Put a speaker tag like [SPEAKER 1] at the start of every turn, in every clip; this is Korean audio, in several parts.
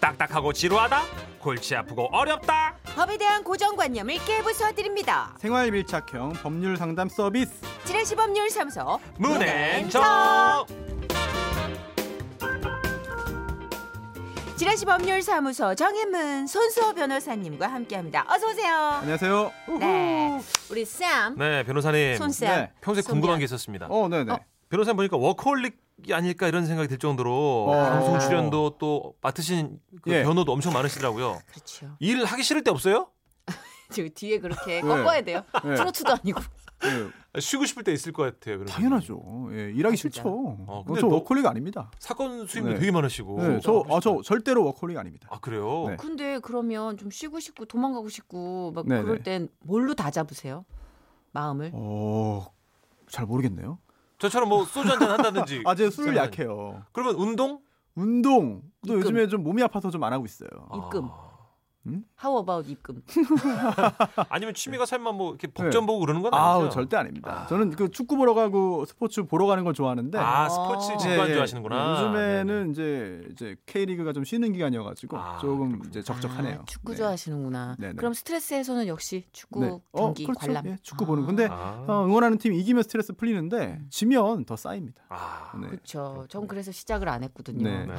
[SPEAKER 1] 딱딱하고 지루하다? 골치 아프고 어렵다?
[SPEAKER 2] 법에 대한 고정관념을 깨부숴 드립니다.
[SPEAKER 3] 생활 밀착형 법률 상담 서비스
[SPEAKER 2] 지레시 법률 사무소
[SPEAKER 1] 문앤정
[SPEAKER 2] 지레시 법률 사무소 정혜문 손수호 변호사님과 함께합니다. 어서 오세요.
[SPEAKER 3] 안녕하세요.
[SPEAKER 2] 네, 우리 쌈
[SPEAKER 1] 네 변호사님
[SPEAKER 2] 손쌤
[SPEAKER 3] 네.
[SPEAKER 1] 평소에 궁금한 게 있었습니다
[SPEAKER 3] 어, 네네.
[SPEAKER 2] 어.
[SPEAKER 1] 변호사님 보니까 워커홀릭이 아닐까 이런 생각이 들 정도로
[SPEAKER 3] 어.
[SPEAKER 1] 방송 출연도 또 맡으신 그
[SPEAKER 3] 예.
[SPEAKER 1] 변호도 엄청 많으시더라고요
[SPEAKER 2] 그렇죠.
[SPEAKER 1] 일을 하기 싫을 때 없어요?
[SPEAKER 2] 저 뒤에 그렇게 꺾어야 돼요.
[SPEAKER 3] 네.
[SPEAKER 2] 트로트도 아니고.
[SPEAKER 3] 예,
[SPEAKER 1] 쉬고 싶을 때 있을 것 같아요 변호사님.
[SPEAKER 3] 당연하죠. 예, 일하기
[SPEAKER 2] 진짜.
[SPEAKER 3] 싫죠.
[SPEAKER 1] 어,
[SPEAKER 3] 어,
[SPEAKER 1] 근데
[SPEAKER 3] 저
[SPEAKER 1] 너-
[SPEAKER 3] 워커홀릭 아닙니다.
[SPEAKER 1] 사건 수임도
[SPEAKER 3] 네.
[SPEAKER 1] 되게 많으시고
[SPEAKER 3] 네, 저, 아, 저 절대로 워커홀릭 아닙니다.
[SPEAKER 1] 아 그래요?
[SPEAKER 3] 네.
[SPEAKER 2] 근데 그러면 좀 쉬고 싶고 도망가고 싶고 막
[SPEAKER 3] 네네.
[SPEAKER 2] 그럴 땐 뭘로 다 잡으세요? 마음을?
[SPEAKER 3] 어, 잘 모르겠네요.
[SPEAKER 1] 저처럼 뭐 소주 한잔 한다든지
[SPEAKER 3] 아, 제가 술
[SPEAKER 1] 그러면-
[SPEAKER 3] 약해요.
[SPEAKER 1] 그러면 운동?
[SPEAKER 3] 운동.
[SPEAKER 2] 입금.
[SPEAKER 3] 또 요즘에 좀 몸이 아파서 좀 안 하고 있어요.
[SPEAKER 2] 입금.
[SPEAKER 3] 음?
[SPEAKER 2] 하우 어바웃 입금.
[SPEAKER 1] 아. 아니면 취미가 설마 뭐 이렇게 복전 보고 그러는 건
[SPEAKER 3] 네. 아,
[SPEAKER 1] 아니죠?
[SPEAKER 3] 우 절대 아닙니다. 저는 그 축구 보러 가고 스포츠 보러 가는 걸 좋아하는데.
[SPEAKER 1] 아 스포츠
[SPEAKER 2] 어.
[SPEAKER 3] 예,
[SPEAKER 1] 직관
[SPEAKER 3] 예.
[SPEAKER 1] 좋아하시는구나. 네,
[SPEAKER 3] 요즘에는 이제 이제 K리그가 좀 쉬는 기간이어가지고
[SPEAKER 1] 아,
[SPEAKER 3] 조금
[SPEAKER 1] 그렇구나.
[SPEAKER 3] 이제 적적하네요.
[SPEAKER 2] 아, 축구
[SPEAKER 3] 네.
[SPEAKER 2] 좋아하시는구나.
[SPEAKER 3] 네네.
[SPEAKER 2] 그럼 스트레스 해소는 역시 축구
[SPEAKER 3] 네. 어,
[SPEAKER 2] 경기
[SPEAKER 3] 그렇죠.
[SPEAKER 2] 관람.
[SPEAKER 3] 예, 축구 보는 건데
[SPEAKER 1] 네네. 아,
[SPEAKER 3] 어, 응원하는 팀 이기면 스트레스 풀리는데
[SPEAKER 2] 음.
[SPEAKER 3] 지면 더 쌓입니다.
[SPEAKER 1] 아,
[SPEAKER 3] 네.
[SPEAKER 2] 그렇죠. 전 그래서 시작을 안 했거든요.
[SPEAKER 3] 네.
[SPEAKER 1] 네.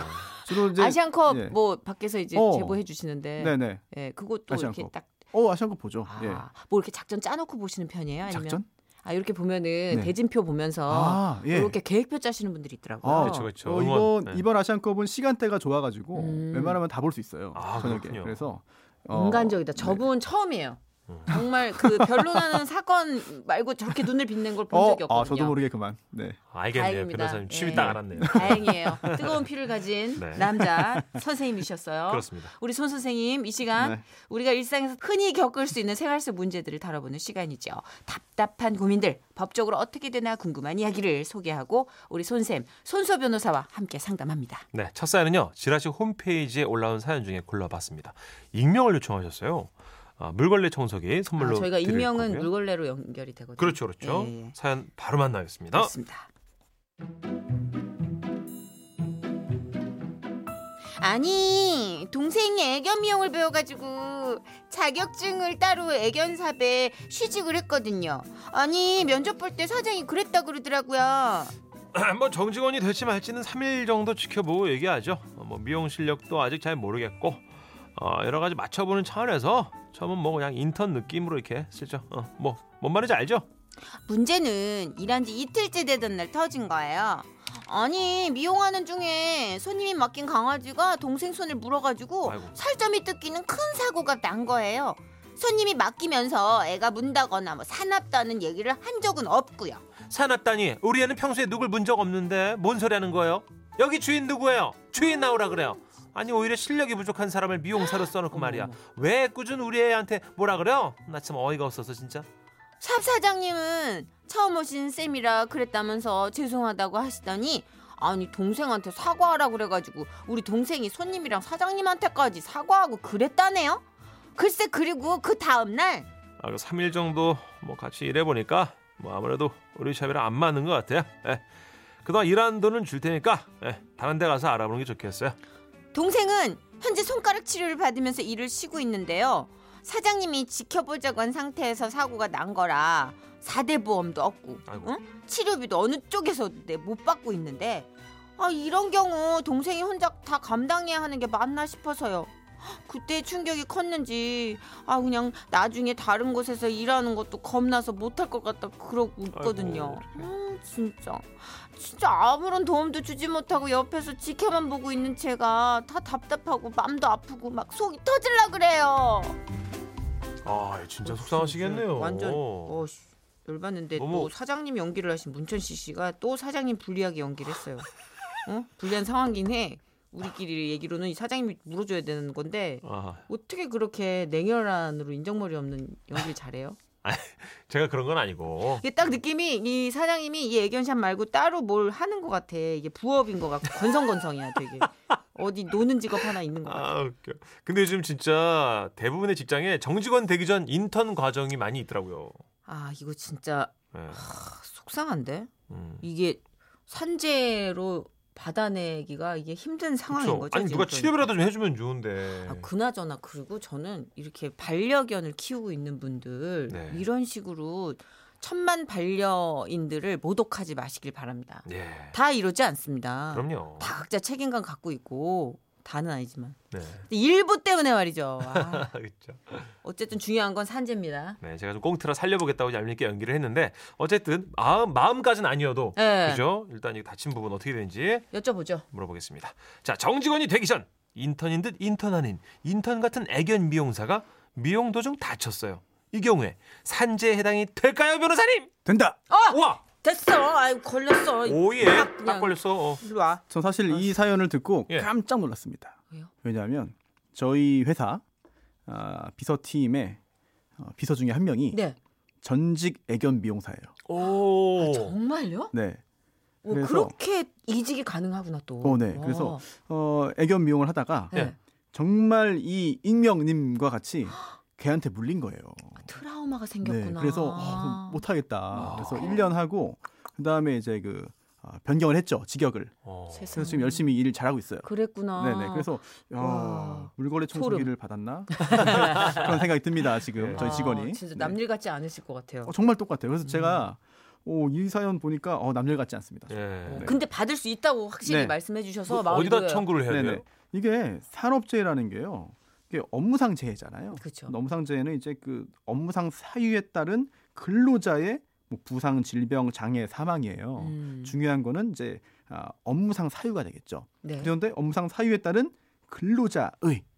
[SPEAKER 3] 주로 이제
[SPEAKER 2] 아시안컵
[SPEAKER 3] 예.
[SPEAKER 2] 뭐 밖에서 이제
[SPEAKER 3] 어.
[SPEAKER 2] 제보해 주시는데
[SPEAKER 3] 네네.
[SPEAKER 2] 예, 그것도 이렇게
[SPEAKER 3] 아시안컵.
[SPEAKER 2] 딱
[SPEAKER 3] 어 아시안컵 보죠.
[SPEAKER 2] 아,
[SPEAKER 3] 예.
[SPEAKER 2] 뭐 이렇게 작전 짜놓고 보시는 편이에요? 어, 아니면
[SPEAKER 3] 작전?
[SPEAKER 2] 아 이렇게 보면은
[SPEAKER 3] 네.
[SPEAKER 2] 대진표 보면서
[SPEAKER 3] 아 예.
[SPEAKER 2] 이렇게 계획표 짜시는 분들이 있더라고요.
[SPEAKER 3] 아,
[SPEAKER 1] 그렇죠, 그렇죠.
[SPEAKER 3] 어,
[SPEAKER 1] 응원.
[SPEAKER 3] 이번
[SPEAKER 1] 네.
[SPEAKER 3] 이번 아시안컵은 시간대가 좋아가지고
[SPEAKER 2] 음.
[SPEAKER 3] 웬만하면 다 볼 수 있어요.
[SPEAKER 1] 아,
[SPEAKER 3] 저녁에.
[SPEAKER 1] 그렇군요.
[SPEAKER 3] 그래서 어,
[SPEAKER 2] 인간적이다.
[SPEAKER 3] 네.
[SPEAKER 2] 저분 처음이에요.
[SPEAKER 1] 음.
[SPEAKER 2] 정말 그 변론하는 사건 말고 저렇게 눈을 빛낸 걸 본
[SPEAKER 3] 어,
[SPEAKER 2] 적이 없거든요.
[SPEAKER 3] 아 저도 모르게 그만. 네.
[SPEAKER 1] 알겠네요.
[SPEAKER 2] 다행입니다.
[SPEAKER 1] 변호사님 취미
[SPEAKER 2] 예.
[SPEAKER 1] 딱 알았네요.
[SPEAKER 2] 다행이에요. 뜨거운 피를 가진
[SPEAKER 1] 네.
[SPEAKER 2] 남자 선생님이셨어요.
[SPEAKER 1] 그렇습니다.
[SPEAKER 2] 우리 손 선생님 이 시간
[SPEAKER 3] 네.
[SPEAKER 2] 우리가 일상에서 흔히 겪을 수 있는 생활 속 문제들을 다뤄보는 시간이죠. 답답한 고민들 법적으로 어떻게 되나 궁금한 이야기를 소개하고 우리 손쌤 손수 변호사와 함께 상담합니다.
[SPEAKER 1] 네, 첫 사연은요. 지라시 홈페이지에 올라온 사연 중에 골라봤습니다. 익명을 요청하셨어요. 아, 물걸레 청소기 선물로
[SPEAKER 2] 아, 저희가
[SPEAKER 1] 드릴
[SPEAKER 2] 익명은
[SPEAKER 1] 거고요.
[SPEAKER 2] 물걸레로 연결이 되거든요.
[SPEAKER 1] 그렇죠, 그렇죠.
[SPEAKER 2] 예, 예.
[SPEAKER 1] 사연 바로 만나겠습니다.
[SPEAKER 2] 그렇습니다. 아니 동생이 애견 미용을 배워가지고 자격증을 따로 애견사에 취직을 했거든요. 아니 면접 볼 때 사장이 그랬다 그러더라고요.
[SPEAKER 1] 뭐 정직원이 될지 말지는 3일 정도 지켜보고 얘기하죠. 어, 뭐 미용 실력도 아직 잘 모르겠고 어, 여러 가지 맞춰보는 차원에서 처음은 뭐 그냥 인턴 느낌으로 이렇게 슬쩍 어, 뭐뭔 말인지 알죠?
[SPEAKER 2] 문제는 일한 지 이틀째 되던 날 터진 거예요. 아니 미용하는 중에 손님이 맡긴 강아지가 동생 손을 물어가지고
[SPEAKER 1] 아이고.
[SPEAKER 2] 살점이 뜯기는 큰 사고가 난 거예요. 손님이 맡기면서 애가 문다거나 뭐 사납다는 얘기를 한 적은 없고요.
[SPEAKER 1] 사납다니 우리 애는 평소에 누굴 문 적 없는데 뭔 소리 하는 거예요? 여기 주인 누구예요? 주인 나오라 그래요. 아니 오히려 실력이 부족한 사람을 미용사로 써놓고 말이야. 왜 꾸준 우리 애한테 뭐라 그래요? 나 참 어이가 없어서 진짜.
[SPEAKER 2] 샵 사장님은 처음 오신 쌤이라 그랬다면서 죄송하다고 하시더니 아니 동생한테 사과하라 그래가지고 우리 동생이 손님이랑 사장님한테까지 사과하고 그랬다네요. 글쎄 그리고 그 다음 날
[SPEAKER 1] 아, 3일 정도 뭐 같이 일해 보니까 뭐 아무래도 우리 샵이랑 안 맞는 것 같아요. 예. 그동안 일한 돈은 줄 테니까 예, 다른 데 가서 알아보는 게 좋겠어요.
[SPEAKER 2] 동생은 현재 손가락 치료를 받으면서 일을 쉬고 있는데요. 사장님이 지켜보자고 한 상태에서 사고가 난 거라 4대 보험도 없고
[SPEAKER 1] 아이고.
[SPEAKER 2] 응? 치료비도 어느 쪽에서 못 받고 있는데 아, 이런 경우 동생이 혼자 다 감당해야 하는 게 맞나 싶어서요. 그때 충격이 컸는지 아 그냥 나중에 다른 곳에서 일하는 것도 겁나서 못할 것 같다 그러고 있거든요.
[SPEAKER 1] 아이고,
[SPEAKER 2] 음, 진짜 진짜 아무런 도움도 주지 못하고 옆에서 지켜만 보고 있는 제가 다 답답하고 맘도 아프고 막 속이 터질라 그래요.
[SPEAKER 1] 아 진짜 속상하시겠네요.
[SPEAKER 2] 완전 어, 씨, 열받는데
[SPEAKER 1] 너무-
[SPEAKER 2] 또 사장님 연기를 하신 문천식 씨가 또 사장님 불리하게 연기를 했어요. 어? 불리한 상황이긴 해. 우리끼리 얘기로는 이 사장님이 물어줘야 되는 건데
[SPEAKER 1] 아,
[SPEAKER 2] 어떻게 그렇게 냉혈한으로 인정머리 없는 연기를 잘해요?
[SPEAKER 1] 제가 그런 건 아니고
[SPEAKER 2] 이게 딱 느낌이 이 사장님이 이 애견샵 말고 따로 뭘 하는 것 같아. 이게 부업인 것 같고 건성건성이야 되게. 어디 노는 직업 하나 있는 것 같아.
[SPEAKER 1] 아 웃겨. 근데 요즘 진짜 대부분의 직장에 정직원 되기 전 인턴 과정이 많이 있더라고요.
[SPEAKER 2] 아 이거 진짜
[SPEAKER 1] 예.
[SPEAKER 2] 속상한데?
[SPEAKER 1] 음.
[SPEAKER 2] 이게 산재로 받아내기가 이게 힘든 상황인
[SPEAKER 1] 그쵸?
[SPEAKER 2] 거죠.
[SPEAKER 1] 아니 누가 네.
[SPEAKER 2] 지금 그러니까.
[SPEAKER 1] 치료비라도 좀 해주면 좋은데.
[SPEAKER 2] 아, 그나저나 그리고 저는 이렇게 반려견을 키우고 있는 분들
[SPEAKER 1] 네.
[SPEAKER 2] 이런 식으로 천만 반려인들을 모독하지 마시길 바랍니다.
[SPEAKER 1] 예.
[SPEAKER 2] 다 이러지 않습니다.
[SPEAKER 1] 그럼요.
[SPEAKER 2] 다 각자 책임감 갖고 있고 다는 아니지만
[SPEAKER 1] 네.
[SPEAKER 2] 근데 일부 때문에 말이죠. 아,
[SPEAKER 1] 그렇죠.
[SPEAKER 2] 어쨌든 중요한 건 산재입니다.
[SPEAKER 1] 네, 제가 좀 꽁트라 살려보겠다고 얄밉게 연기를 했는데 어쨌든 마음 마음까지는 아니어도
[SPEAKER 2] 네.
[SPEAKER 1] 그죠? 일단 이 다친 부분 어떻게 되는지
[SPEAKER 2] 여쭤보죠.
[SPEAKER 1] 물어보겠습니다. 자, 정직원이 되기 전 인턴인 듯 인턴 아닌 인턴 같은 애견 미용사가 미용 도중 다쳤어요. 이 경우에 산재에 해당이 될까요, 변호사님?
[SPEAKER 3] 된다.
[SPEAKER 2] 아!
[SPEAKER 1] 와,
[SPEAKER 2] 됐어. 아이 걸렸어.
[SPEAKER 1] 오예,
[SPEAKER 2] 딱 그냥
[SPEAKER 1] 딱 걸렸어. 어.
[SPEAKER 2] 이리 와.
[SPEAKER 3] 전 사실 이 사연을 듣고
[SPEAKER 1] 예.
[SPEAKER 3] 깜짝 놀랐습니다.
[SPEAKER 2] 왜요?
[SPEAKER 3] 왜냐하면 저희 회사 아, 비서팀의 어, 비서 중에 한 명이
[SPEAKER 2] 네.
[SPEAKER 3] 전직 애견 미용사예요.
[SPEAKER 1] 오,
[SPEAKER 2] 아, 정말요?
[SPEAKER 3] 네.
[SPEAKER 2] 오,
[SPEAKER 3] 그래서-
[SPEAKER 2] 뭐 그렇게 이직이 가능하구나 또.
[SPEAKER 3] 어, 네.
[SPEAKER 2] 와.
[SPEAKER 3] 그래서- 어, 애견 미용을 하다가
[SPEAKER 1] 네.
[SPEAKER 2] 네.
[SPEAKER 3] 정말 이 익명님과 같이 걔한테 물린 거예요.
[SPEAKER 2] 트라우마가 생겼구나.
[SPEAKER 3] 네, 그래서 아, 그럼 못하겠다.
[SPEAKER 1] 아.
[SPEAKER 3] 그래서 1년 하고 그 다음에 이제 그 아, 변경을 했죠 직역을.
[SPEAKER 1] 어.
[SPEAKER 2] 세상에.
[SPEAKER 3] 그래서 지금 열심히 일을 잘하고 있어요.
[SPEAKER 2] 그랬구나.
[SPEAKER 3] 네네. 그래서 야,
[SPEAKER 2] 음. 아. 와.
[SPEAKER 3] 물거래 청소기를 받았나 그런 생각이 듭니다. 지금 저희
[SPEAKER 2] 아,
[SPEAKER 3] 직원이.
[SPEAKER 2] 진짜
[SPEAKER 3] 네.
[SPEAKER 2] 남일 같지 않으실 것 같아요.
[SPEAKER 3] 어, 정말 똑같아요.
[SPEAKER 1] 음.
[SPEAKER 3] 그래서 제가 오, 이 사연 보니까 어, 남녀 같지 않습니다.
[SPEAKER 1] 예.
[SPEAKER 2] 어,
[SPEAKER 1] 네.
[SPEAKER 2] 근데 받을 수 있다고 확실히
[SPEAKER 3] 네.
[SPEAKER 2] 말씀해 주셔서
[SPEAKER 1] 뭐
[SPEAKER 2] 마음이
[SPEAKER 1] 어디다
[SPEAKER 2] 놓여요.
[SPEAKER 1] 청구를 해야 돼요?
[SPEAKER 3] 이게 산업재해라는 게요. 이게 업무상 재해잖아요.
[SPEAKER 2] 그쵸.
[SPEAKER 3] 업무상 재해는 이제 그 업무상 사유에 따른 근로자의 뭐 부상, 질병, 장애, 사망이에요.
[SPEAKER 2] 음.
[SPEAKER 3] 중요한 거는 이제 아, 업무상 사유가 되겠죠.
[SPEAKER 2] 네.
[SPEAKER 3] 그런데 업무상 사유에 따른 근로자의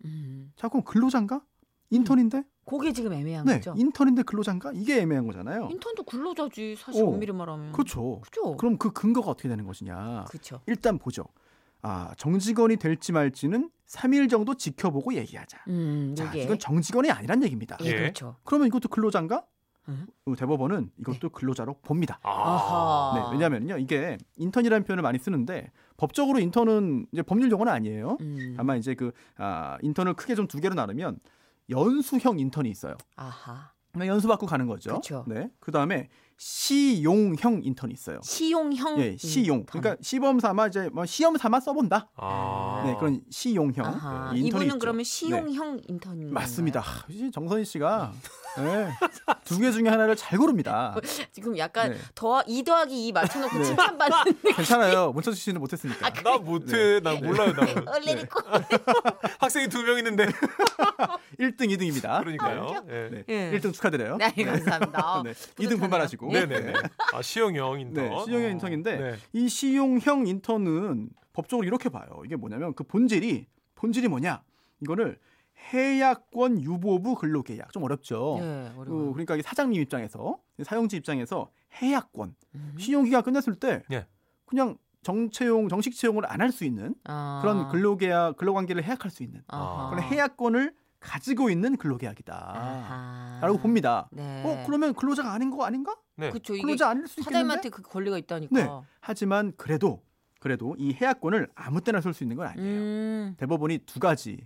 [SPEAKER 2] 음.
[SPEAKER 3] 자 그럼 근로자인가? 인턴인데?
[SPEAKER 2] 그게 지금 애매한
[SPEAKER 3] 네,
[SPEAKER 2] 거죠.
[SPEAKER 3] 인턴인데 근로자인가? 이게 애매한 거잖아요.
[SPEAKER 2] 인턴도 근로자지 사실
[SPEAKER 3] 어,
[SPEAKER 2] 엄밀히 말하면.
[SPEAKER 3] 그렇죠.
[SPEAKER 2] 그죠.
[SPEAKER 3] 그럼 그 근거가 어떻게 되는 것이냐?
[SPEAKER 2] 그렇죠.
[SPEAKER 3] 일단 보죠. 아, 정직원이 될지 말지는 3일 정도 지켜보고 얘기하자.
[SPEAKER 2] 음,
[SPEAKER 3] 자,
[SPEAKER 2] 이게
[SPEAKER 3] 이건 정직원이 아니란 얘기입니다.
[SPEAKER 1] 예.
[SPEAKER 2] 예, 그렇죠.
[SPEAKER 3] 그러면 이것도 근로자인가?
[SPEAKER 2] 음. 네.
[SPEAKER 3] 어, 대법원은 이것도 근로자로 봅니다.
[SPEAKER 1] 아,
[SPEAKER 2] 아하.
[SPEAKER 3] 네, 왜냐하면요, 이게 인턴이라는 표현을 많이 쓰는데 법적으로 인턴은 이제 법률 용어는 아니에요.
[SPEAKER 2] 음.
[SPEAKER 3] 다만 이제 그 아, 인턴을 크게 좀 두 개로 나누면 연수형 인턴이 있어요.
[SPEAKER 2] 아하.
[SPEAKER 3] 그냥 연수 받고 가는 거죠.
[SPEAKER 2] 그쵸.
[SPEAKER 3] 네, 그 다음에 시용형 인턴이 있어요.
[SPEAKER 2] 시용형.
[SPEAKER 3] 예, 시용.
[SPEAKER 2] 인턴.
[SPEAKER 3] 그러니까 시범 삼아 이제 뭐 시험 삼아 써본다.
[SPEAKER 1] 아.
[SPEAKER 3] 네, 그런 시용형 네,
[SPEAKER 2] 아하.
[SPEAKER 3] 인턴이
[SPEAKER 2] 이분은
[SPEAKER 3] 있죠.
[SPEAKER 2] 그러면 음. 시용형 인턴인
[SPEAKER 3] 맞습니다. 하, 이제 정선희 씨가
[SPEAKER 2] 음.
[SPEAKER 3] 네, 두 개 중에 하나를 잘 고릅니다.
[SPEAKER 2] 건가요? 지금 약간
[SPEAKER 3] 네.
[SPEAKER 2] 더 이 더하기 이 맞춰놓고
[SPEAKER 3] 네.
[SPEAKER 2] 칭찬받는 느낌.
[SPEAKER 3] 괜찮아요. 문천수 씨는 못했으니까.
[SPEAKER 2] 그
[SPEAKER 1] 나
[SPEAKER 3] 네.
[SPEAKER 1] 못해, 나 몰라요, 나.
[SPEAKER 2] 얼레리 꼬.
[SPEAKER 1] 학생이 두 명 있는데.
[SPEAKER 3] 1등, 2등입니다.
[SPEAKER 1] 그러니까요. 예.
[SPEAKER 3] 아, 네.
[SPEAKER 2] 예.
[SPEAKER 3] 1등 축하드려요.
[SPEAKER 2] 네, 감사합니다.
[SPEAKER 3] 네.
[SPEAKER 2] 뿌듯하네요.
[SPEAKER 3] 2등 분발하시고.
[SPEAKER 1] 네네. 아 시영형 인턴.
[SPEAKER 3] 네, 시용형
[SPEAKER 2] 어.
[SPEAKER 3] 인턴인데
[SPEAKER 1] 네.
[SPEAKER 3] 이 시용형 인턴은 법적으로 이렇게 봐요. 이게 뭐냐면 그 본질이 본질이 뭐냐? 이거를 해약권 유보부 근로계약 좀 어렵죠.
[SPEAKER 2] 네,
[SPEAKER 3] 어,
[SPEAKER 2] 어려워.
[SPEAKER 3] 그러니까 이 사장님 입장에서 사용지 입장에서 해약권
[SPEAKER 2] 음.
[SPEAKER 3] 신용기가 끝났을 때
[SPEAKER 1] 예.
[SPEAKER 3] 그냥 정채용 정식 채용을 안 할 수 있는
[SPEAKER 2] 아.
[SPEAKER 3] 그런 근로계약 근로관계를 해약할 수 있는
[SPEAKER 2] 아하.
[SPEAKER 3] 그런 해약권을 가지고 있는 근로계약이다라고
[SPEAKER 2] 아하.
[SPEAKER 3] 봅니다.
[SPEAKER 2] 네.
[SPEAKER 3] 어 그러면 근로자가 아닌 거 아닌가?
[SPEAKER 1] 네.
[SPEAKER 2] 그렇죠. 이게
[SPEAKER 3] 근로자 아닐 수 있겠는데?
[SPEAKER 2] 사장님한테 그 권리가 있다니까.
[SPEAKER 3] 네. 하지만 그래도 그래도 이 해약권을 아무 때나 쓸 수 있는 건 아니에요.
[SPEAKER 2] 음.
[SPEAKER 3] 대법원이 두 가지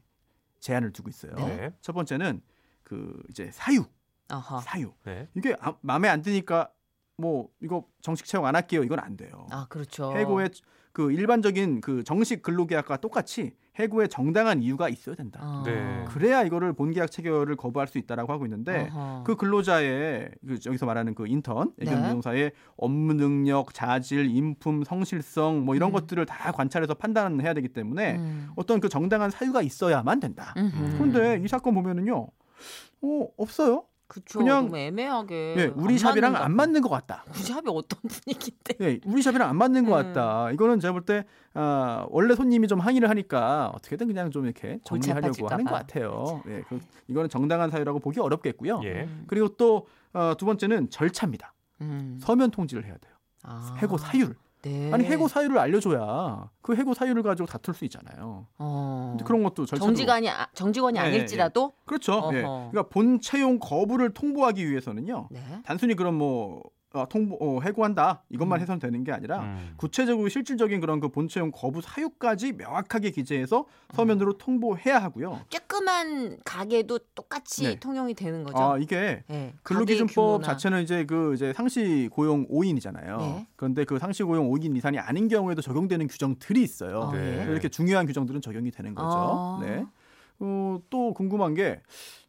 [SPEAKER 3] 제한을 두고 있어요.
[SPEAKER 1] 네.
[SPEAKER 3] 첫 번째는 그 이제 사유,
[SPEAKER 2] 아하.
[SPEAKER 3] 사유.
[SPEAKER 1] 네.
[SPEAKER 3] 이게 아, 마음에 안 드니까 뭐 이거 정식 채용 안 할게요. 이건 안 돼요.
[SPEAKER 2] 아, 그렇죠.
[SPEAKER 3] 해고의 그 일반적인 그 정식 근로계약과 똑같이 해고의 정당한 이유가 있어야 된다.
[SPEAKER 2] 아.
[SPEAKER 1] 네.
[SPEAKER 3] 그래야 이거를 본계약 체결을 거부할 수 있다라고 하고 있는데
[SPEAKER 2] 아하.
[SPEAKER 3] 그 근로자의 그 여기서 말하는 그 인턴 애견
[SPEAKER 2] 네.
[SPEAKER 3] 미용사의 업무 능력, 자질, 인품, 성실성 뭐 이런
[SPEAKER 2] 음.
[SPEAKER 3] 것들을 다 관찰해서 판단해야 되기 때문에
[SPEAKER 2] 음.
[SPEAKER 3] 어떤 그 정당한 사유가 있어야만 된다.
[SPEAKER 2] 음흠.
[SPEAKER 3] 그런데 이 사건 보면은요, 어 없어요.
[SPEAKER 2] 그쵸.
[SPEAKER 3] 그냥-
[SPEAKER 2] 너무 애매하게.
[SPEAKER 3] 예, 우리
[SPEAKER 2] 안
[SPEAKER 3] 샵이랑
[SPEAKER 2] 맞는다.
[SPEAKER 3] 안 맞는 것 같다.
[SPEAKER 2] 우리 샵이 어떤 분위기인데?
[SPEAKER 3] 예, 우리 샵이랑 안 맞는 것
[SPEAKER 2] 음.
[SPEAKER 3] 같다. 이거는 제가 볼 때 아, 원래 손님이 좀 항의를 하니까 어떻게든 그냥 좀 이렇게
[SPEAKER 2] 골치
[SPEAKER 3] 정리하려고
[SPEAKER 2] 아파질까
[SPEAKER 3] 하는
[SPEAKER 2] 봐.
[SPEAKER 3] 것 같아요. 예, 그, 이거는 정당한 사유라고 보기 어렵겠고요.
[SPEAKER 1] 예.
[SPEAKER 2] 음.
[SPEAKER 3] 그리고 또 어, 두 번째는 절차입니다.
[SPEAKER 2] 음.
[SPEAKER 3] 서면 통지를 해야 돼요.
[SPEAKER 2] 아.
[SPEAKER 3] 해고 사유를.
[SPEAKER 2] 네.
[SPEAKER 3] 아니 해고 사유를 알려줘야 그 해고 사유를 가지고 다툴 수 있잖아요.
[SPEAKER 2] 어.
[SPEAKER 3] 근데 그런 것도 절차로.
[SPEAKER 2] 정직원이 아- 정직원이
[SPEAKER 3] 예, 예,
[SPEAKER 2] 아닐지라도
[SPEAKER 3] 그렇죠. 예.
[SPEAKER 2] 어허.
[SPEAKER 3] 그러니까 본 채용 거부를 통보하기 위해서는요.
[SPEAKER 2] 네.
[SPEAKER 3] 단순히 그런 뭐 어, 통보 어, 해고한다 이것만 해선되는 게 아니라
[SPEAKER 1] 음.
[SPEAKER 3] 구체적으로 실질적인 그런 그 본채용 거부 사유까지 명확하게
[SPEAKER 2] 음.
[SPEAKER 3] 기재해서 서면으로 통보해야 하고요.
[SPEAKER 2] 조그만 가게도 똑같이
[SPEAKER 3] 네.
[SPEAKER 2] 통용이 되는 거죠.
[SPEAKER 3] 아
[SPEAKER 2] 예, 가게
[SPEAKER 3] 이게
[SPEAKER 2] 규모나.
[SPEAKER 3] 근로기준법 자체는 이제 그 이제 상시 고용 5인이잖아요.
[SPEAKER 2] 네.
[SPEAKER 3] 그런데 그 상시 고용 5인 이상이 아닌 경우에도 적용되는 규정들이 있어요.
[SPEAKER 2] 아, 네.
[SPEAKER 3] 그래서 예. 이렇게 중요한 규정들은 적용이 되는 거죠.
[SPEAKER 2] 아.
[SPEAKER 3] 네. 어, 또 궁금한 게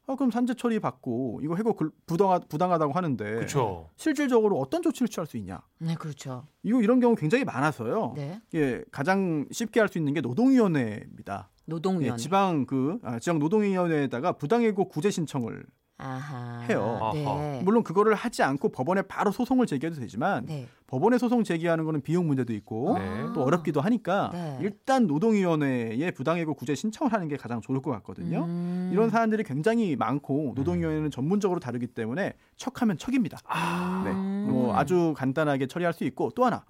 [SPEAKER 3] 아, 그럼 산재 처리 받고 이거 해고 글- 부당하, 부당하다고 하는데
[SPEAKER 1] 그렇죠.
[SPEAKER 3] 실질적으로 어떤 조치를 취할 수 있냐?
[SPEAKER 2] 네, 그렇죠.
[SPEAKER 3] 이거 이런 경우 굉장히 많아서요.
[SPEAKER 2] 네,
[SPEAKER 3] 예, 가장 쉽게 할 수 있는 게 노동위원회입니다.
[SPEAKER 2] 노동위원.
[SPEAKER 3] 예, 지방 그 아, 지역 노동위원회에다가 부당해고 구제 신청을
[SPEAKER 2] 아하.
[SPEAKER 3] 해요.
[SPEAKER 2] 네.
[SPEAKER 1] 아하.
[SPEAKER 3] 물론 그거를 하지 않고 법원에 바로 소송을 제기해도 되지만
[SPEAKER 2] 네. 아.
[SPEAKER 3] 법원에 소송 제기하는 거는 비용 문제도 있고
[SPEAKER 1] 네.
[SPEAKER 3] 또 어렵기도 하니까
[SPEAKER 2] 네.
[SPEAKER 3] 일단 노동위원회에 부당해고 구제 신청을 하는 게 가장 좋을 것 같거든요.
[SPEAKER 2] 음.
[SPEAKER 3] 이런 사안들이 굉장히 많고 노동위원회는 전문적으로 다루기 때문에 척하면 척입니다.
[SPEAKER 1] 아,
[SPEAKER 3] 네.
[SPEAKER 2] 음.
[SPEAKER 3] 뭐 아주 간단하게 처리할 수 있고 또 하나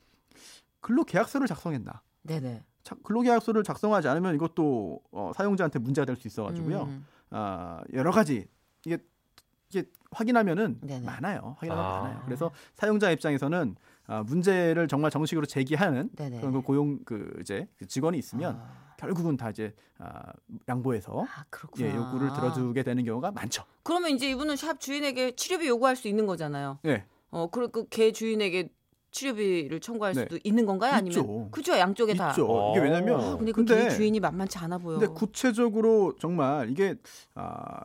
[SPEAKER 3] 근로계약서를 작성했나?
[SPEAKER 2] 네네.
[SPEAKER 3] 자- 근로계약서를 작성하지 않으면 이것도 어, 사용자한테 문제가 될 수 있어가지고요.
[SPEAKER 2] 음.
[SPEAKER 3] 아, 여러 가지 이게 이게 확인하면은
[SPEAKER 2] 네네.
[SPEAKER 3] 많아요. 확인하면
[SPEAKER 1] 아.
[SPEAKER 3] 많아요. 그래서 사용자 입장에서는 아, 문제를 정말 정식으로 제기하는
[SPEAKER 2] 네네.
[SPEAKER 3] 그런 그 고용 그 이제 그 직원이 있으면
[SPEAKER 2] 아,
[SPEAKER 3] 결국은 다 이제 아, 양보해서
[SPEAKER 2] 아, 그렇구나.
[SPEAKER 3] 예, 요구를 들어주게 되는 경우가 많죠.
[SPEAKER 2] 그러면 이제 이분은 샵 주인에게 치료비 요구할 수 있는 거잖아요.
[SPEAKER 3] 예.
[SPEAKER 2] 어, 그리고 개 주인에게 치료비를 청구할
[SPEAKER 3] 네.
[SPEAKER 2] 수도 있는 건가요? 아니면
[SPEAKER 3] 있죠.
[SPEAKER 2] 그죠 양쪽에 다.
[SPEAKER 3] 있죠. 이게 왜냐면
[SPEAKER 1] 아,
[SPEAKER 2] 아, 근데 그
[SPEAKER 3] 근데
[SPEAKER 2] 개 주인이 만만치 않아 보여.
[SPEAKER 3] 근데 구체적으로 정말 이게 아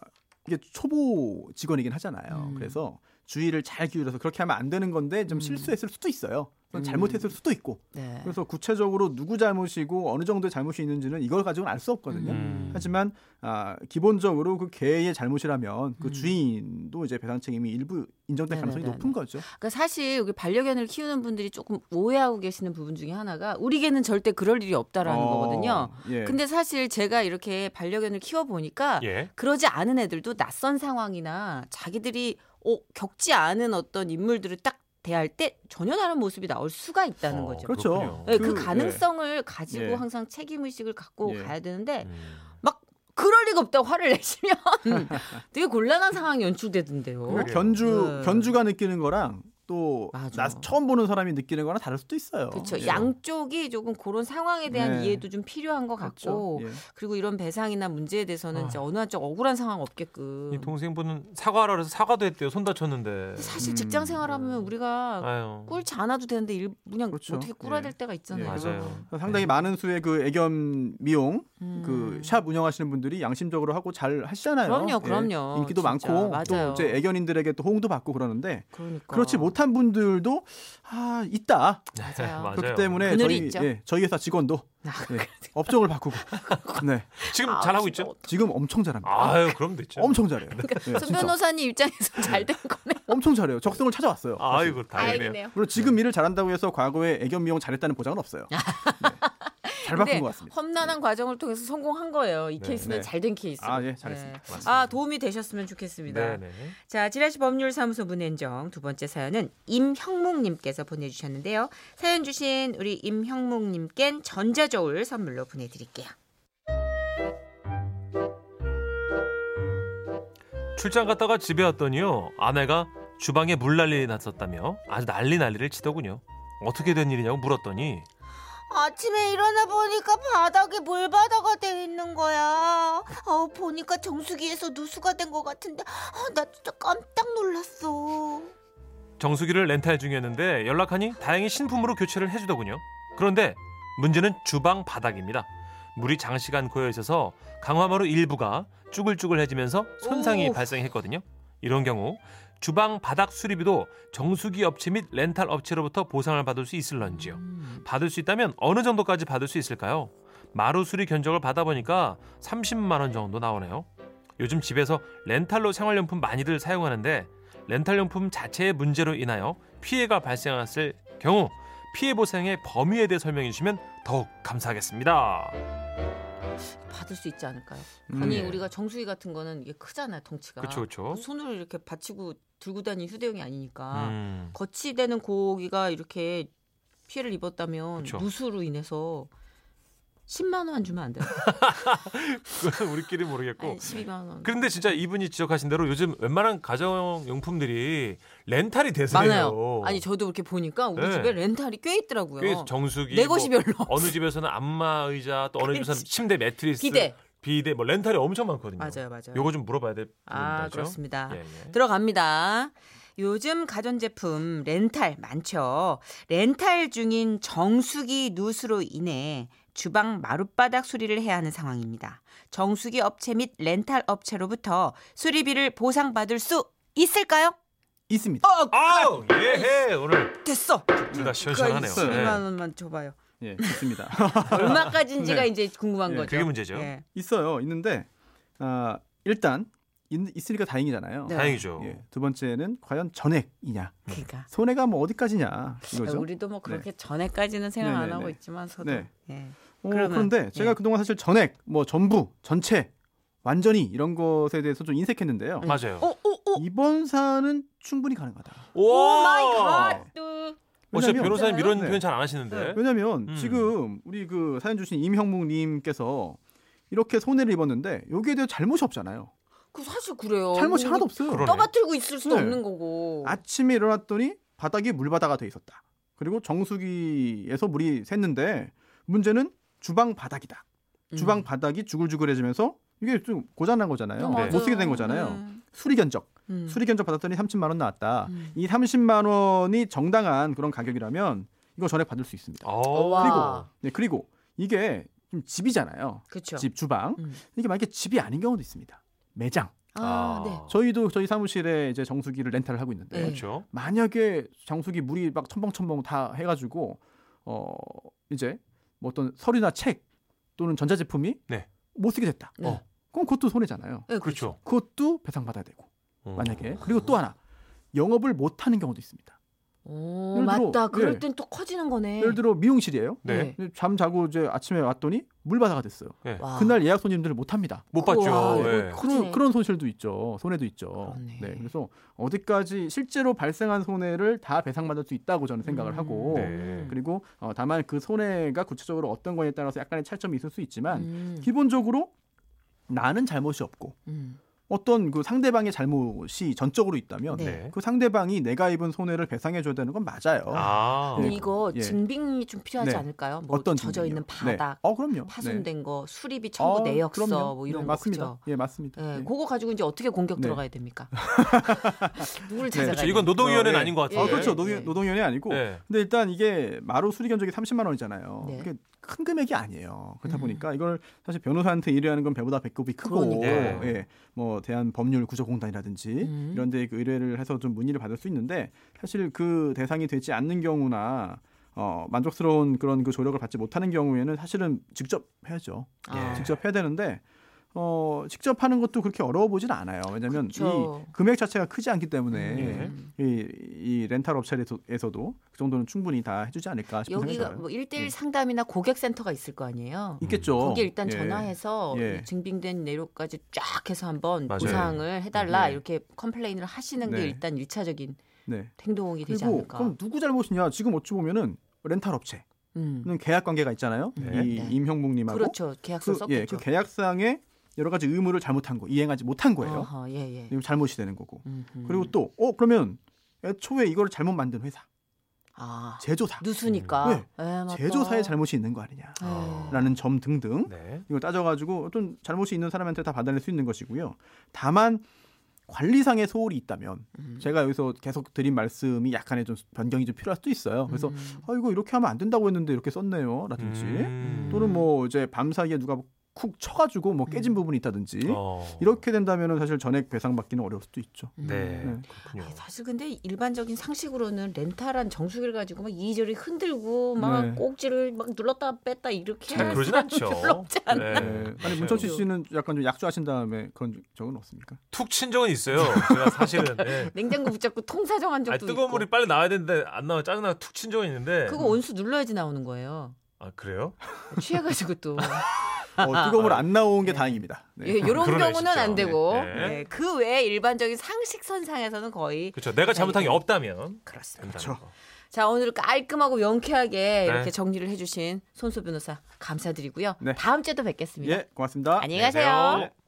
[SPEAKER 3] 이게 초보 직원이긴 하잖아요.
[SPEAKER 2] 음.
[SPEAKER 3] 그래서 주의를 잘 기울여서 그렇게 하면 안 되는 건데 좀
[SPEAKER 2] 음.
[SPEAKER 3] 실수했을 수도 있어요.
[SPEAKER 2] 음.
[SPEAKER 3] 잘못했을 수도 있고.
[SPEAKER 2] 네.
[SPEAKER 3] 그래서 구체적으로 누구 잘못이고 어느 정도의 잘못이 있는지는 이걸 가지고는 알 수 없거든요.
[SPEAKER 1] 음.
[SPEAKER 3] 하지만 아, 기본적으로 그 개의 잘못이라면 그
[SPEAKER 2] 음.
[SPEAKER 3] 주인도 이제 배상 책임이 일부 인정될 가능성이
[SPEAKER 2] 네네네네.
[SPEAKER 3] 높은 거죠.
[SPEAKER 2] 그러니까 사실 여기 반려견을 키우는 분들이 조금 오해하고 계시는 부분 중에 하나가 우리 개는 절대 그럴 일이 없다라는
[SPEAKER 3] 어,
[SPEAKER 2] 거거든요.
[SPEAKER 3] 예.
[SPEAKER 2] 근데 사실 제가 이렇게 반려견을 키워 보니까
[SPEAKER 1] 예.
[SPEAKER 2] 그러지 않은 애들도 낯선 상황이나 자기들이 어, 겪지 않은 어떤 인물들을 딱 대할 때 전혀 다른 모습이 나올 수가 있다는
[SPEAKER 1] 어,
[SPEAKER 2] 거죠.
[SPEAKER 3] 그렇죠.
[SPEAKER 1] 그렇군요.
[SPEAKER 2] 네, 그,
[SPEAKER 3] 그,
[SPEAKER 2] 가능성을 가지고
[SPEAKER 3] 예.
[SPEAKER 2] 항상 책임 의식을 갖고
[SPEAKER 3] 예.
[SPEAKER 2] 가야 되는데
[SPEAKER 1] 음.
[SPEAKER 2] 그럴 리가 없다 고 화를 내시면 되게 곤란한 상황이 연출되던데요.
[SPEAKER 3] 그
[SPEAKER 1] 그러게요.
[SPEAKER 3] 견주
[SPEAKER 2] 네.
[SPEAKER 3] 견주가 느끼는 거랑 또
[SPEAKER 2] 맞아.
[SPEAKER 3] 나 처음 보는 사람이 느끼는 거랑 다를 수도 있어요.
[SPEAKER 2] 그렇죠.
[SPEAKER 3] 예.
[SPEAKER 2] 양쪽이 조금 그런 상황에 대한
[SPEAKER 3] 네.
[SPEAKER 2] 이해도 좀 필요한 것 같고
[SPEAKER 3] 그렇죠. 예.
[SPEAKER 2] 그리고 이런 배상이나 문제에 대해서는
[SPEAKER 1] 아휴.
[SPEAKER 2] 이제 어느 한쪽 억울한 상황 없게끔.
[SPEAKER 1] 이 동생분은 사과하라 그래서 사과도 했대요. 손 다쳤는데.
[SPEAKER 2] 사실
[SPEAKER 3] 음.
[SPEAKER 2] 직장 생활하면 우리가
[SPEAKER 1] 아유.
[SPEAKER 2] 꿀지 않아도 되는데 일 그냥
[SPEAKER 3] 그렇죠.
[SPEAKER 2] 어떻게 꿀어야
[SPEAKER 3] 예.
[SPEAKER 2] 될 때가 있잖아요.
[SPEAKER 3] 예,
[SPEAKER 1] 맞아요.
[SPEAKER 3] 상당히 많은 수의 그 애견 미용
[SPEAKER 2] 네. 음.
[SPEAKER 3] 그 샵 운영하시는 분들이 양심적으로 하고 잘 하시잖아요.
[SPEAKER 2] 그럼요,
[SPEAKER 3] 예.
[SPEAKER 2] 그럼요.
[SPEAKER 3] 인기도
[SPEAKER 2] 진짜.
[SPEAKER 3] 많고
[SPEAKER 2] 맞아요.
[SPEAKER 3] 또 이제 애견인들에게 또 호응도 받고 그러는데
[SPEAKER 2] 그러니까.
[SPEAKER 3] 그렇지 못한 분들도 아 있다.
[SPEAKER 2] 맞아요.
[SPEAKER 1] 네, 맞아요.
[SPEAKER 3] 그렇기 때문에
[SPEAKER 2] 그늘이
[SPEAKER 3] 저희
[SPEAKER 2] 있죠.
[SPEAKER 3] 예, 저희 회사 직원도
[SPEAKER 2] 아,
[SPEAKER 3] 예, 업종을 바꾸고 네
[SPEAKER 1] 지금
[SPEAKER 2] 아,
[SPEAKER 1] 잘하고
[SPEAKER 2] 진짜
[SPEAKER 1] 있죠?
[SPEAKER 3] 지금 엄청 잘합니다.
[SPEAKER 1] 아유, 그럼 됐죠.
[SPEAKER 3] 엄청 잘해요. 예,
[SPEAKER 2] 그러니까 손
[SPEAKER 3] 진짜
[SPEAKER 2] 변호사님 입장에서 잘 된 거네.
[SPEAKER 3] 엄청 잘해요. 적성을 찾아왔어요. 사실.
[SPEAKER 1] 아이고, 다행이네요.
[SPEAKER 2] 다행이네요.
[SPEAKER 3] 물론 지금 일을 잘한다고 해서 과거에 애견 미용 잘했다는 보장은 없어요. 네. 잘
[SPEAKER 2] 근데
[SPEAKER 3] 바꾼 것 같습니다.
[SPEAKER 2] 험난한 과정을 통해서 성공한 거예요. 이
[SPEAKER 1] 네.
[SPEAKER 2] 케이스는
[SPEAKER 3] 네.
[SPEAKER 2] 잘 된 케이스.
[SPEAKER 3] 아, 예, 잘했습니다.
[SPEAKER 2] 아, 도움이 되셨으면 좋겠습니다.
[SPEAKER 1] 네네.
[SPEAKER 2] 자, 지라시 법률사무소 문앤정 두 번째 사연은 임형묵님께서 보내주셨는데요. 사연 주신 우리 임형묵님께 전자저울 선물로 보내드릴게요.
[SPEAKER 1] 출장 갔다가 집에 왔더니요 아내가 주방에 물 난리 났었다며 아주 난리 난리를 치더군요 어떻게 된 일이냐고 물었더니
[SPEAKER 4] 아침에 일어나 보니까 바닥에 물바다가 돼 있는 거야. 아, 보니까 정수기에서 누수가 된 것 같은데, 아, 나 진짜 깜짝 놀랐어.
[SPEAKER 1] 정수기를 렌탈 중이었는데 연락하니 다행히 신품으로 교체를 해주더군요 그런데 문제는 주방 바닥입니다 물이 장시간 고여 있어서 강화마루 일부가 쭈글쭈글해지면서 손상이
[SPEAKER 2] 오.
[SPEAKER 1] 발생했거든요 이런 경우 주방 바닥 수리비도 정수기 업체 및 렌탈 업체로부터 보상을 받을 수 있을런지요
[SPEAKER 2] 음,
[SPEAKER 1] 받을 수 있다면 어느 정도까지 받을 수 있을까요? 마루 수리 견적을 받아보니까 30만 원 정도 나오네요. 요즘 집에서 렌탈로 생활용품 많이들 사용하는데 렌탈용품 자체의 문제로 인하여 피해가 발생했을 경우 피해 보상의 범위에 대해 설명해 주시면 더욱 감사하겠습니다.
[SPEAKER 2] 받을 수 있지 않을까요?
[SPEAKER 3] 음,
[SPEAKER 2] 아니
[SPEAKER 1] 예.
[SPEAKER 2] 우리가 정수기 같은 거는 이게 크잖아요, 덩치가.
[SPEAKER 1] 그렇죠, 그렇죠.
[SPEAKER 2] 손으로 이렇게 받치고 들고 다니는 휴대용이 아니니까
[SPEAKER 1] 음,
[SPEAKER 2] 거치되는 고기가 이렇게 피해를 입었다면
[SPEAKER 1] 그쵸.
[SPEAKER 2] 누수로 인해서 10만 원 주면 안 돼요?
[SPEAKER 1] 그건 우리끼리 모르겠고.
[SPEAKER 2] 아니, 12만 원.
[SPEAKER 1] 그런데 진짜 이분이 지적하신 대로 요즘 웬만한 가정 용품들이 렌탈이 대세예요.
[SPEAKER 2] 많아요. 아니 저도 이렇게 보니까 우리
[SPEAKER 1] 네.
[SPEAKER 2] 집에 렌탈이 꽤 있더라고요.
[SPEAKER 1] 그게 정수기
[SPEAKER 2] 내
[SPEAKER 1] 뭐
[SPEAKER 2] 것이 별로 없어.
[SPEAKER 1] 어느 집에서는 안마 의자 또 어느 집에서는
[SPEAKER 2] 그렇지.
[SPEAKER 1] 침대 매트리스
[SPEAKER 2] 비데.
[SPEAKER 1] 비데 뭐 렌탈이 엄청 많거든요.
[SPEAKER 2] 맞아요, 맞아요.
[SPEAKER 1] 요거 좀 물어봐야 될
[SPEAKER 2] 아
[SPEAKER 1] 부분이죠.
[SPEAKER 2] 그렇습니다.
[SPEAKER 1] 예, 예.
[SPEAKER 2] 들어갑니다. 요즘 가전제품 렌탈 많죠. 렌탈 중인 정수기 누수로 인해 주방 마룻바닥 수리를 해야 하는 상황입니다. 정수기 업체 및 렌탈 업체로부터 수리비를 보상받을 수 있을까요?
[SPEAKER 3] 있습니다.
[SPEAKER 2] 어,
[SPEAKER 1] 아우 예해 오늘
[SPEAKER 2] 됐어.
[SPEAKER 1] 둘 다 시원시원하네요.
[SPEAKER 3] 있어요.
[SPEAKER 1] 예.
[SPEAKER 2] 12만 원만 줘봐요.
[SPEAKER 3] 예, 있습니다.
[SPEAKER 2] 얼마까지인지가
[SPEAKER 3] 네.
[SPEAKER 2] 이제 궁금한
[SPEAKER 3] 예,
[SPEAKER 2] 거죠.
[SPEAKER 1] 그게 문제죠.
[SPEAKER 2] 예.
[SPEAKER 3] 있어요. 있는데 아, 일단 있, 있으니까 다행이잖아요.
[SPEAKER 2] 네.
[SPEAKER 1] 다행이죠.
[SPEAKER 3] 예, 두 번째는 과연 전액이냐,
[SPEAKER 1] 음.
[SPEAKER 2] 그러니까
[SPEAKER 3] 손해가 뭐 어디까지냐 이거죠. 네.
[SPEAKER 2] 우리도 뭐 그렇게 전에까지는 생각 안
[SPEAKER 3] 네네네.
[SPEAKER 2] 하고 있지만서도
[SPEAKER 3] 네.
[SPEAKER 2] 예.
[SPEAKER 3] 어,
[SPEAKER 2] 그러면,
[SPEAKER 3] 그런데 제가
[SPEAKER 2] 예.
[SPEAKER 3] 그동안 사실 전액, 뭐 전부, 전체, 완전히 이런 것에 대해서 좀
[SPEAKER 2] 음.
[SPEAKER 3] 인색했는데요.
[SPEAKER 1] 맞아요.
[SPEAKER 2] 오, 오,
[SPEAKER 1] 어,
[SPEAKER 2] 오.
[SPEAKER 3] 이번 사안은 충분히 가능하다.
[SPEAKER 2] 오 마이 갓.
[SPEAKER 1] 어차
[SPEAKER 3] 왜냐면-
[SPEAKER 1] 변호사님 이런
[SPEAKER 3] 네.
[SPEAKER 1] 표현 잘 안 하시는데.
[SPEAKER 3] 왜냐면
[SPEAKER 1] 음.
[SPEAKER 3] 지금 우리 그 사연 주신 임형묵님께서 이렇게 손해를 입었는데 여기에 대해 서 잘못이 없잖아요.
[SPEAKER 2] 그 사실 그래요. 뭐
[SPEAKER 3] 잘못이
[SPEAKER 2] 이거
[SPEAKER 3] 하나도 없어요.
[SPEAKER 1] 그러네.
[SPEAKER 2] 떠받들고 있을 수도
[SPEAKER 3] 네.
[SPEAKER 2] 없는 거고.
[SPEAKER 3] 아침에 일어났더니 바닥이 물바다가 돼 있었다. 그리고 정수기에서 물이 샜는데 문제는 주방 바닥이다.
[SPEAKER 2] 음.
[SPEAKER 3] 주방 바닥이 주글주글해지면서 이게 좀 고장난 거잖아요.
[SPEAKER 1] 네.
[SPEAKER 3] 못 쓰게 된 거잖아요.
[SPEAKER 2] 음,
[SPEAKER 3] 수리 견적.
[SPEAKER 2] 음.
[SPEAKER 3] 수리 견적 받았더니 30만 원 나왔다.
[SPEAKER 2] 음.
[SPEAKER 3] 이 30만 원이 정당한 그런 가격이라면 이거 전액 받을 수 있습니다.
[SPEAKER 1] 어,
[SPEAKER 2] 와.
[SPEAKER 3] 네, 그리고 이게 좀 집이잖아요.
[SPEAKER 2] 그렇죠.
[SPEAKER 3] 집 주방.
[SPEAKER 2] 음.
[SPEAKER 3] 이게 만약에 집이 아닌 경우도 있습니다. 매장.
[SPEAKER 2] 아, 네.
[SPEAKER 3] 저희도 저희 사무실에 이제 정수기를 렌탈을 하고 있는데
[SPEAKER 2] 네.
[SPEAKER 1] 그렇죠.
[SPEAKER 3] 만약에 정수기 물이 막 첨벙첨벙 다 해가지고 어 이제 뭐 어떤 서류나 책 또는 전자제품이
[SPEAKER 1] 네.
[SPEAKER 3] 못 쓰게 됐다.
[SPEAKER 2] 네.
[SPEAKER 3] 어, 그럼 그것도 손해잖아요.
[SPEAKER 2] 네,
[SPEAKER 1] 그렇죠.
[SPEAKER 3] 그것도 배상 받아야 되고
[SPEAKER 1] 어.
[SPEAKER 3] 만약에 그리고 또 하나 영업을 못 하는 경우도 있습니다.
[SPEAKER 2] 오,
[SPEAKER 3] 예를 들어,
[SPEAKER 2] 맞다. 그럴
[SPEAKER 3] 예.
[SPEAKER 2] 땐 또 커지는 거네.
[SPEAKER 3] 예를 들어 미용실이에요.
[SPEAKER 1] 네.
[SPEAKER 3] 근데 잠 자고 이제 아침에 왔더니 물바다가 됐어요.
[SPEAKER 1] 예.
[SPEAKER 2] 와.
[SPEAKER 3] 그날 예약 손님들을 못 합니다.
[SPEAKER 1] 못 봤죠.
[SPEAKER 2] 우와, 이거
[SPEAKER 1] 예.
[SPEAKER 2] 커지네.
[SPEAKER 3] 어, 뭐 그런 그런 손실도 있죠. 손해도 있죠.
[SPEAKER 2] 그러네.
[SPEAKER 3] 네. 그래서 어디까지 실제로 발생한 손해를 다 배상받을 수 있다고 저는 생각을
[SPEAKER 2] 음.
[SPEAKER 3] 하고
[SPEAKER 1] 네.
[SPEAKER 3] 그리고 어, 다만 그 손해가 구체적으로 어떤 거에 따라서 약간의 차점이 있을 수 있지만
[SPEAKER 2] 음,
[SPEAKER 3] 네. 기본적으로 나는 잘못이 없고
[SPEAKER 2] 음.
[SPEAKER 3] 어떤 그 상대방의 잘못이 전적으로 있다면
[SPEAKER 2] 네.
[SPEAKER 1] 네.
[SPEAKER 3] 그 상대방이 내가 입은 손해를 배상해 줘야 되는 건 맞아요.
[SPEAKER 1] 아.
[SPEAKER 2] 근데 이거
[SPEAKER 3] 예.
[SPEAKER 2] 증빙이 좀 필요하지
[SPEAKER 3] 네.
[SPEAKER 2] 않을까요? 뭐 젖어
[SPEAKER 3] 증거요?
[SPEAKER 2] 있는
[SPEAKER 3] 네.
[SPEAKER 2] 바닥,
[SPEAKER 3] 어 그럼요. 네.
[SPEAKER 2] 파손된 거, 수리비 청구
[SPEAKER 3] 어,
[SPEAKER 2] 내역서
[SPEAKER 3] 그럼요.
[SPEAKER 2] 뭐 이런
[SPEAKER 3] 네,
[SPEAKER 2] 거
[SPEAKER 3] 맞습니다.
[SPEAKER 2] 그죠?
[SPEAKER 3] 예, 맞습니다.
[SPEAKER 2] 예,
[SPEAKER 3] 예.
[SPEAKER 2] 그거 가지고 이제 어떻게 공격
[SPEAKER 3] 네.
[SPEAKER 2] 들어가야 됩니까? 누굴
[SPEAKER 3] 네.
[SPEAKER 2] 찾아가야
[SPEAKER 1] 그렇죠. 이건 노동위원회는 아닌 것 같아요.
[SPEAKER 3] 아, 그렇죠.
[SPEAKER 2] 예.
[SPEAKER 3] 노동,
[SPEAKER 2] 예.
[SPEAKER 3] 노동위원회 아니고.
[SPEAKER 1] 예.
[SPEAKER 3] 근데 일단 이게 마루 수리 견적이 30만 원이잖아요.
[SPEAKER 2] 네.
[SPEAKER 3] 이게 큰 금액이 아니에요. 그렇다
[SPEAKER 2] 음.
[SPEAKER 3] 보니까 이걸 사실 변호사한테 의뢰하는 건 배보다 배꼽이 크고,
[SPEAKER 1] 그러니까요.
[SPEAKER 3] 예, 뭐 대한 법률 구조공단이라든지
[SPEAKER 2] 음.
[SPEAKER 3] 이런데 그 의뢰를 해서 좀 문의를 받을 수 있는데 사실 그 대상이 되지 않는 경우나 어, 만족스러운 그런 그 조력을 받지 못하는 경우에는 사실은 직접 해야죠.
[SPEAKER 2] 아.
[SPEAKER 1] 예.
[SPEAKER 3] 직접 해야 되는데 어, 직접 하는 것도 그렇게 어려워 보진 않아요. 왜냐하면
[SPEAKER 2] 그쵸.
[SPEAKER 3] 이 금액 자체가 크지 않기 때문에
[SPEAKER 1] 예.
[SPEAKER 2] 음.
[SPEAKER 3] 이, 이 렌탈 업체에서도 그 정도는 충분히 다 해주지 않을까 싶은 생각이
[SPEAKER 2] 여기가
[SPEAKER 3] 들어요.
[SPEAKER 2] 뭐 1대1
[SPEAKER 3] 예.
[SPEAKER 2] 상담이나 고객센터가 있을 거 아니에요?
[SPEAKER 3] 있겠죠.
[SPEAKER 2] 거기에 일단
[SPEAKER 3] 예.
[SPEAKER 2] 전화해서
[SPEAKER 3] 예.
[SPEAKER 2] 이 증빙된 내용까지 쫙 해서 한번
[SPEAKER 1] 맞아요.
[SPEAKER 2] 보상을 해달라
[SPEAKER 3] 예.
[SPEAKER 2] 이렇게 컴플레인을 하시는 게
[SPEAKER 3] 네.
[SPEAKER 2] 일단 1차적인
[SPEAKER 3] 네.
[SPEAKER 2] 행동이 되지
[SPEAKER 3] 그리고
[SPEAKER 2] 않을까.
[SPEAKER 3] 그럼 누구 잘못이냐? 지금 어찌 보면은 렌탈 업체는
[SPEAKER 2] 음.
[SPEAKER 3] 계약 관계가 있잖아요.
[SPEAKER 1] 네.
[SPEAKER 3] 이
[SPEAKER 2] 네.
[SPEAKER 3] 임형묵님하고
[SPEAKER 2] 그렇죠. 계약서
[SPEAKER 3] 네. 그, 예,
[SPEAKER 2] 썼겠죠.
[SPEAKER 3] 그 계약상에 여러 가지 의무를 잘못한 거, 이행하지 못한 거예요.
[SPEAKER 2] 어허, 예, 예.
[SPEAKER 3] 이거 잘못이 되는 거고.
[SPEAKER 2] 음흠.
[SPEAKER 3] 그리고 또, 어 그러면 애초에 이걸 잘못 만든 회사,
[SPEAKER 2] 아
[SPEAKER 3] 제조사,
[SPEAKER 2] 누수니까
[SPEAKER 3] 음. 네.
[SPEAKER 2] 예,
[SPEAKER 3] 제조사의 잘못이 있는 거 아니냐라는 점 등등
[SPEAKER 1] 네.
[SPEAKER 3] 이걸 따져가지고 어떤 잘못이 있는 사람한테 다 받아낼 수 있는 것이고요. 다만 관리상의 소홀이 있다면
[SPEAKER 2] 음.
[SPEAKER 1] 음.
[SPEAKER 3] 제가 여기서 계속 드린 말씀이 약간의 좀 변경이 좀 필요할 수도
[SPEAKER 1] 음.
[SPEAKER 3] 있어요. 그래서
[SPEAKER 2] 음.
[SPEAKER 3] 아 이거 이렇게 하면 안 된다고 했는데 이렇게 썼네요라든지
[SPEAKER 1] 음.
[SPEAKER 3] 또는 뭐 이제 밤 사이에 누가 쿡 쳐가지고 뭐 깨진 부분이 있다든지
[SPEAKER 1] 어.
[SPEAKER 3] 이렇게 된다면은 사실 전액 배상 받기는 어려울 수도 있죠.
[SPEAKER 1] 네.
[SPEAKER 3] 네.
[SPEAKER 1] 그렇군요.
[SPEAKER 2] 음. 사실 근데 일반적인 상식으로는 렌탈한 정수기를 가지고 막 이리저리 흔들고 막
[SPEAKER 3] 네.
[SPEAKER 2] 꼭지를 막 눌렀다 뺐다 이렇게
[SPEAKER 1] 잘
[SPEAKER 2] 할
[SPEAKER 1] 그러진
[SPEAKER 2] 수는
[SPEAKER 1] 않죠.
[SPEAKER 2] 별로 없지 않나?
[SPEAKER 1] 네.
[SPEAKER 3] 네. 아니
[SPEAKER 1] 맞아요.
[SPEAKER 3] 문철치 씨는 약간 좀 약주하신 다음에 그런 적은 없습니까?
[SPEAKER 1] 툭 친 적은 있어요. 제가 사실은. 예.
[SPEAKER 2] 냉장고 붙잡고 통사정한
[SPEAKER 1] 아
[SPEAKER 2] 적도
[SPEAKER 1] 뜨거운
[SPEAKER 2] 있고.
[SPEAKER 1] 물이 빨리 나와야 되는데 안 나와 짜증나 툭 친 적은 있는데.
[SPEAKER 2] 그거 온수 눌러야지 나오는 거예요.
[SPEAKER 1] 아 그래요?
[SPEAKER 2] 취해가지고 또
[SPEAKER 3] 어, 뜨거움으로 안 나온 게 다행입니다.
[SPEAKER 2] 예,
[SPEAKER 3] 네.
[SPEAKER 2] 이런
[SPEAKER 1] 그러네,
[SPEAKER 2] 경우는
[SPEAKER 1] 진짜.
[SPEAKER 2] 안 되고
[SPEAKER 1] 네, 네.
[SPEAKER 2] 예, 그 외에 일반적인 상식선상에서는 거의
[SPEAKER 1] 그렇죠. 내가 잘못한 게 없다면
[SPEAKER 2] 그렇습니다.
[SPEAKER 1] 된다는
[SPEAKER 3] 그렇죠.
[SPEAKER 1] 거.
[SPEAKER 2] 자 오늘 깔끔하고 명쾌하게 이렇게
[SPEAKER 1] 네.
[SPEAKER 2] 정리를 해주신 손수 변호사 감사드리고요.
[SPEAKER 3] 네.
[SPEAKER 2] 다음 주에 또 뵙겠습니다.
[SPEAKER 3] 예, 고맙습니다.
[SPEAKER 2] 안녕히
[SPEAKER 1] 안녕히
[SPEAKER 2] 가세요.
[SPEAKER 1] 가세요.